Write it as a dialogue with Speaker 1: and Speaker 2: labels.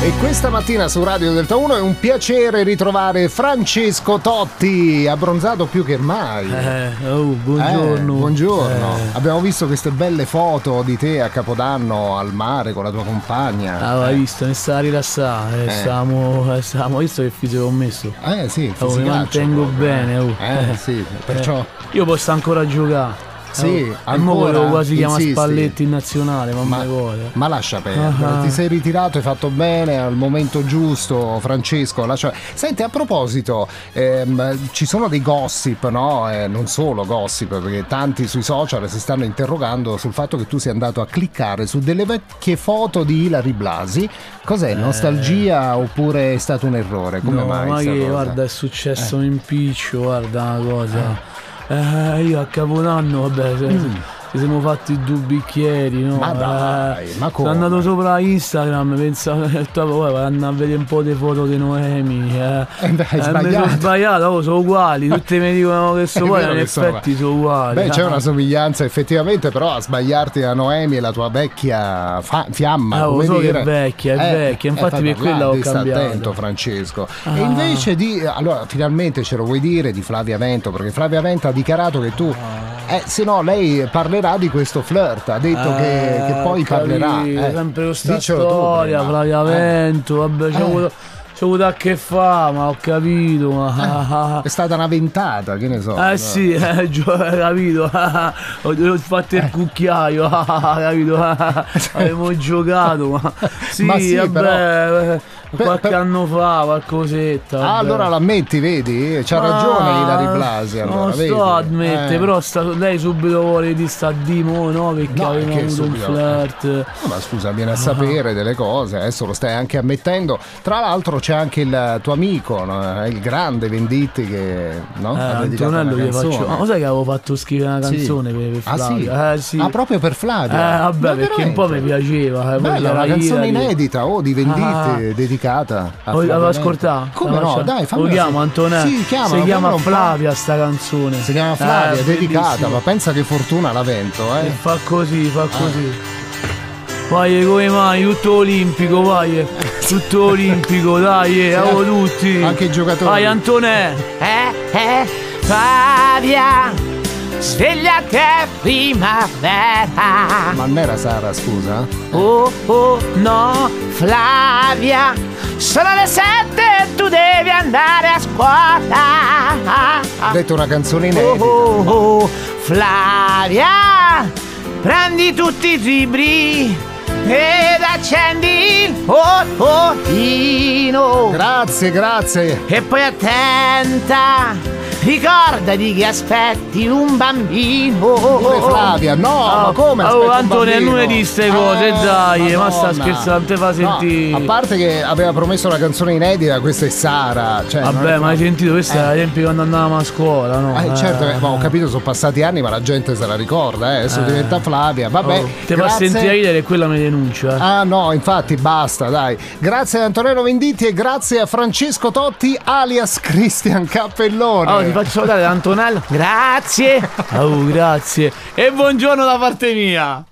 Speaker 1: E questa mattina su Radio Delta 1 è un piacere ritrovare Francesco Totti, abbronzato più che mai.
Speaker 2: Eh, oh,
Speaker 1: Eh,
Speaker 2: buongiorno.
Speaker 1: buongiorno.
Speaker 2: Eh.
Speaker 1: Abbiamo visto queste belle foto di te a Capodanno al mare con la tua compagna.
Speaker 2: Ah, hai visto, ne sta a rilassare.
Speaker 1: Eh.
Speaker 2: Stiamo, eh, stiamo, hai visto che fisico ho messo.
Speaker 1: Eh sì, il
Speaker 2: Oh, mi
Speaker 1: fisicaccio
Speaker 2: mantengo
Speaker 1: proprio, eh.
Speaker 2: bene, oh.
Speaker 1: Eh sì, perciò
Speaker 2: Io posso ancora giocare.
Speaker 1: Sì,
Speaker 2: oh.
Speaker 1: ancora?
Speaker 2: E mo volevo quasi chiamare
Speaker 1: Insisti?
Speaker 2: Spalletti in nazionale, mamma
Speaker 1: Ma,
Speaker 2: mia vuole.
Speaker 1: ma lascia perdere,
Speaker 2: Ah.
Speaker 1: ti sei ritirato, hai fatto bene al momento giusto, Francesco. Lascia... Senti, a proposito, ehm, ci sono dei gossip, no? Eh, non solo gossip, perché tanti sui social si stanno interrogando sul fatto che tu sei andato a cliccare su delle vecchie foto di Ilari Blasi. Cos'è? Nostalgia oppure è stato un errore? Come
Speaker 2: Eh. no,
Speaker 1: mai?
Speaker 2: ma
Speaker 1: sta
Speaker 2: che
Speaker 1: cosa? Eh.
Speaker 2: guarda è successo un impiccio, guarda una cosa. Eh, io a Capodanno, vabbè, se- ci siamo fatti due bicchieri, no?
Speaker 1: Mm. Ma dai,
Speaker 2: Eh,
Speaker 1: ma come?
Speaker 2: Sono andato sopra Instagram, pensavo, ho detto, "Vabbè, vado a vedere un po' di foto di Noemi. Eh.
Speaker 1: Eh, beh, hai
Speaker 2: Eh, mi sono
Speaker 1: sbagliato.
Speaker 2: sbagliato, oh, sono uguali, tutti mi dicono che sono
Speaker 1: È
Speaker 2: uguali,
Speaker 1: vero
Speaker 2: in
Speaker 1: che sono
Speaker 2: effetti sono uguali.
Speaker 1: Beh, c'è
Speaker 2: Ah.
Speaker 1: una somiglianza effettivamente, però a sbagliarti a Noemi e la tua vecchia fa- fiamma.
Speaker 2: Ah, lo
Speaker 1: come
Speaker 2: so che
Speaker 1: dire. Eh,
Speaker 2: è vecchia, è vecchia, infatti
Speaker 1: fai
Speaker 2: per quella
Speaker 1: parlare,
Speaker 2: ho
Speaker 1: sta
Speaker 2: cambiato.
Speaker 1: attento Francesco.
Speaker 2: Ah.
Speaker 1: E invece di... Allora, finalmente ce lo vuoi dire di Flavia Vento, perché Flavia Vento ha dichiarato che tu... Eh, se no lei parlerà di questo flirt, ha detto
Speaker 2: Ah,
Speaker 1: che, che poi
Speaker 2: ho capito,
Speaker 1: parlerà. eh.
Speaker 2: Sempre questa
Speaker 1: Diccelo tu
Speaker 2: storia,
Speaker 1: prima.
Speaker 2: Flavia
Speaker 1: Eh,
Speaker 2: Vento, vabbè, c'ho
Speaker 1: Eh.
Speaker 2: avuto, c'ho avuto a che fa, ma ho capito, ma...
Speaker 1: È stata una ventata, che ne so.
Speaker 2: Eh sì, eh, giù, eh, capito, ho, ho fatto
Speaker 1: Eh.
Speaker 2: il cucchiaio, capito, abbiamo giocato, ma sì,
Speaker 1: Ma sì,
Speaker 2: vabbè,
Speaker 1: però-
Speaker 2: eh,
Speaker 1: Per-
Speaker 2: qualche
Speaker 1: per-
Speaker 2: anno fa, qualcosetta.
Speaker 1: Ah,
Speaker 2: vabbè.
Speaker 1: allora l'ammetti, vedi? C'ha
Speaker 2: Ma-
Speaker 1: ragione Ilari Blasi. Allora,
Speaker 2: non
Speaker 1: vedi?
Speaker 2: sto a ammettere,
Speaker 1: Eh.
Speaker 2: però sta- lei subito vuole di sta di mo, no? Perché
Speaker 1: No,
Speaker 2: avevamo
Speaker 1: perché
Speaker 2: avuto un
Speaker 1: subito- eh.
Speaker 2: flirt.
Speaker 1: No, Ma scusa, viene a sapere delle cose, adesso lo stai anche ammettendo. Tra l'altro c'è anche il tuo amico, no? il grande Venditti che no?
Speaker 2: Eh,
Speaker 1: Ha dedicato
Speaker 2: Antonello
Speaker 1: una
Speaker 2: gli
Speaker 1: canzone.
Speaker 2: faccio. Ma lo sai che avevo fatto scrivere una
Speaker 1: Sì.
Speaker 2: canzone per, per
Speaker 1: ah, sì?
Speaker 2: Flavia? Eh sì.
Speaker 1: Ah, proprio per
Speaker 2: Eh,
Speaker 1: Flavio.
Speaker 2: vabbè, perché un po' mi piaceva. eh, poi
Speaker 1: Bella,
Speaker 2: c'era
Speaker 1: una canzone
Speaker 2: Ilari.
Speaker 1: inedita oh, di Venditti
Speaker 2: Ah.
Speaker 1: dedicata a
Speaker 2: Oh,
Speaker 1: Flavio
Speaker 2: L'avevo
Speaker 1: Venditti.
Speaker 2: ascoltata?
Speaker 1: Come
Speaker 2: La
Speaker 1: no?
Speaker 2: faccia-
Speaker 1: Dai, fammi
Speaker 2: Lo chiamo Antonello.
Speaker 1: Sì, chiamalo,
Speaker 2: si chiama
Speaker 1: fammelo un po'.
Speaker 2: Flavia sta canzone.
Speaker 1: Si chiama Flavia,
Speaker 2: Eh,
Speaker 1: dedicata, ma
Speaker 2: bellissimo.
Speaker 1: pensa che fortuna l'avvento,
Speaker 2: E
Speaker 1: eh.
Speaker 2: fa così, fa così. Vai eh, come mai, tutto olimpico, vai eh. Tutto olimpico, dai, eh, amo tutti.
Speaker 1: anche i giocatori.
Speaker 2: Vai Antonè. Eh, eh, Flavia, svegliate primavera.
Speaker 1: Ma non era Sara, scusa?
Speaker 2: Oh oh no, Flavia, sono le sette e tu devi andare a
Speaker 1: Ha
Speaker 2: scuola.
Speaker 1: detto una canzone
Speaker 2: Oh
Speaker 1: inedita.
Speaker 2: oh oh, Flavia, prendi tutti i libri ed accendi il fotolino.
Speaker 1: Grazie, grazie.
Speaker 2: E poi attenta, ricordati che aspetti un bambino.
Speaker 1: Come Flavia, no, ma come?
Speaker 2: Oh,
Speaker 1: Aspetta un
Speaker 2: Antonio,
Speaker 1: bambino.
Speaker 2: non mi di ste cose,
Speaker 1: Eh,
Speaker 2: dai, ma sta
Speaker 1: Madonna.
Speaker 2: scherzando, te fa
Speaker 1: No,
Speaker 2: sentire.
Speaker 1: a parte che aveva promesso una canzone inedita, questa è Sara. Cioè, non
Speaker 2: Vabbè,
Speaker 1: è-
Speaker 2: ma hai sentito, questa era ai tempi quando andavamo a scuola, no?
Speaker 1: Eh, certo, eh, ma
Speaker 2: Ah.
Speaker 1: ho capito, sono passati anni, ma la gente se la ricorda, eh. Adesso diventa Flavia. Vabbè,
Speaker 2: Oh, te fa
Speaker 1: grazie.
Speaker 2: sentire ridere e quella mi denuncia. eh.
Speaker 1: Ah no, infatti basta, dai. Grazie ad Antonello Venditti e grazie a Francesco Totti alias Cristian Cappellone.
Speaker 2: Allora Ah, ti faccio salutare da Antonello. Grazie. Oh, grazie. E buongiorno da parte mia.